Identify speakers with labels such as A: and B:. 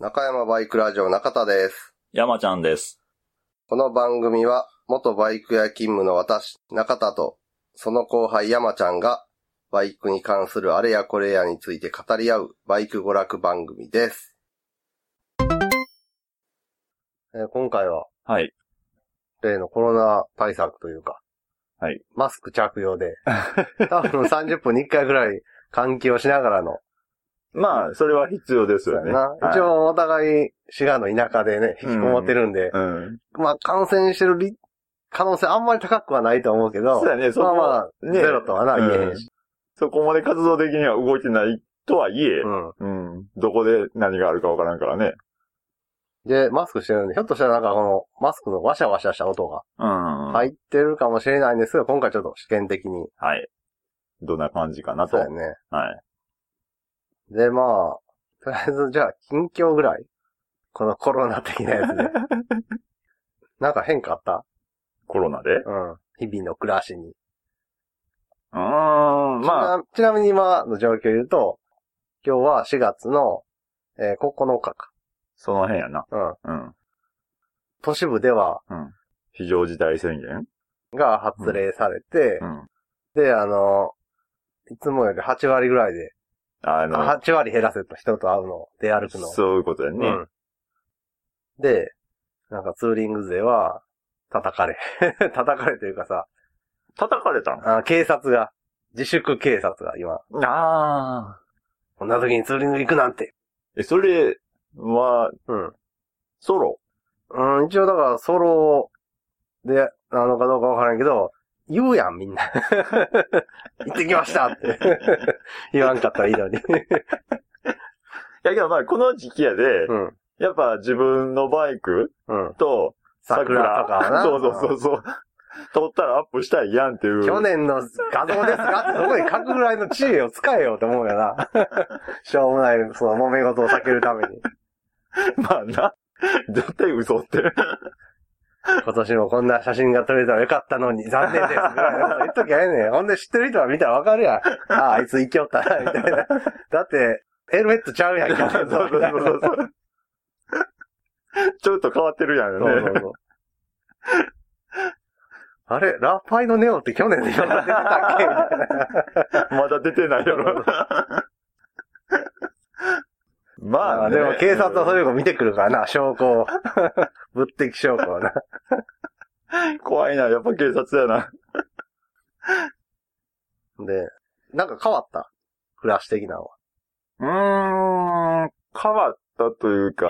A: 中山バイクラジオ中田です。
B: 山ちゃんです。
A: この番組は、元バイク屋勤務の私、中田と、その後輩山ちゃんが、バイクに関するあれやこれやについて語り合う、バイク娯楽番組です。えー今回は、
B: はい。
A: 例のコロナ対策というか、
B: はい。
A: マスク着用 で、多分30分に1回ぐらい換気をしながらの、
B: まあ、それは必要ですよね。
A: な一
B: 応。
A: 応お互い滋賀の田舎でね、引きこもってるんで、
B: うん。
A: まあ感染してるり可能性あんまり高くはないと思うけど
B: そう、だね、そ
A: まあ
B: こ
A: まあ、
B: ね
A: ゼロとはな、言えへんし。
B: そこまで活動的には動いてないとはいえ、
A: うん。
B: うん。どこで何があるかわからんからね。
A: で、マスクしてるんで、ひょっとしたらなんかこの、マスクのワシャワシャした音が
B: うん。い。
A: 入ってるかもしれないんですが、今回ちょっと試験的に。
B: はい。どんな感じかなと。
A: そう
B: は
A: やね。
B: い。
A: で、まあ、とりあえずじゃあ、近況ぐらいこのコロナ的なや つで。なんか変化あった
B: コロナで
A: うん。日々の暮らしに。
B: うーん、まあ、
A: あ。ちなみに今の状況を言うと、今日は4月の、えー9日か。
B: その辺やな。
A: うん。
B: うん。
A: 都市部では、
B: 非常事態宣言
A: が発令されて
B: う、ん。
A: で、あの、いつもより8割ぐらいで、
B: あの、
A: 8割減らせた人と会うの、出歩くの。
B: そういうことやね。
A: うんで、なんかツーリング勢は、叩かれ。 叩かれというかさ、
B: 叩かれたん
A: あ警察が、自粛警察が今、
B: ああ。
A: こんな時にツーリング行くなんて。
B: え、それは、
A: うん。
B: ソロ
A: うん、一応だからソロで、なのかどうかわからんけど、言うやん、みんな。 行ってきましたって。 言わんかったらいいのに。
B: いやけどまあ、この時期やで、
A: うん。
B: やっぱ自分のバイク
A: うん。
B: と
A: 桜とかな。
B: そうそうそうそう。撮ったらアップしたいやんっていう。
A: 去年の画像ですがって、そこに書くぐらいの知恵を使えよって思うよな。 しょうもない、その揉め事を避けるため に。
B: まあな。絶対嘘って。
A: 今年もこんな写真が撮れたらよかったのに、残念です。ぐ らいのこと言っときゃええねん。ほんで知ってる人は見たらわかるやん。 ああ、あいつ生きよったな、みたいな。だって、ヘルメットちゃうやん、去
B: そう
A: 年と
B: そう
A: みたいな
B: そうそう。ちょっと変わってるやんよ
A: そ
B: ね。
A: うそうそう。あれラッパイのネオって去年で今出てたっけみたいな。
B: まだ出てないやろ。ま
A: ま
B: あ、
A: あでも警察はそれを見てくるからな、証拠を。物的証拠をな。
B: 怖いな、やっぱ警察やな。
A: で、なんか変わった暮らし的なのは。
B: うーん、変わったというか、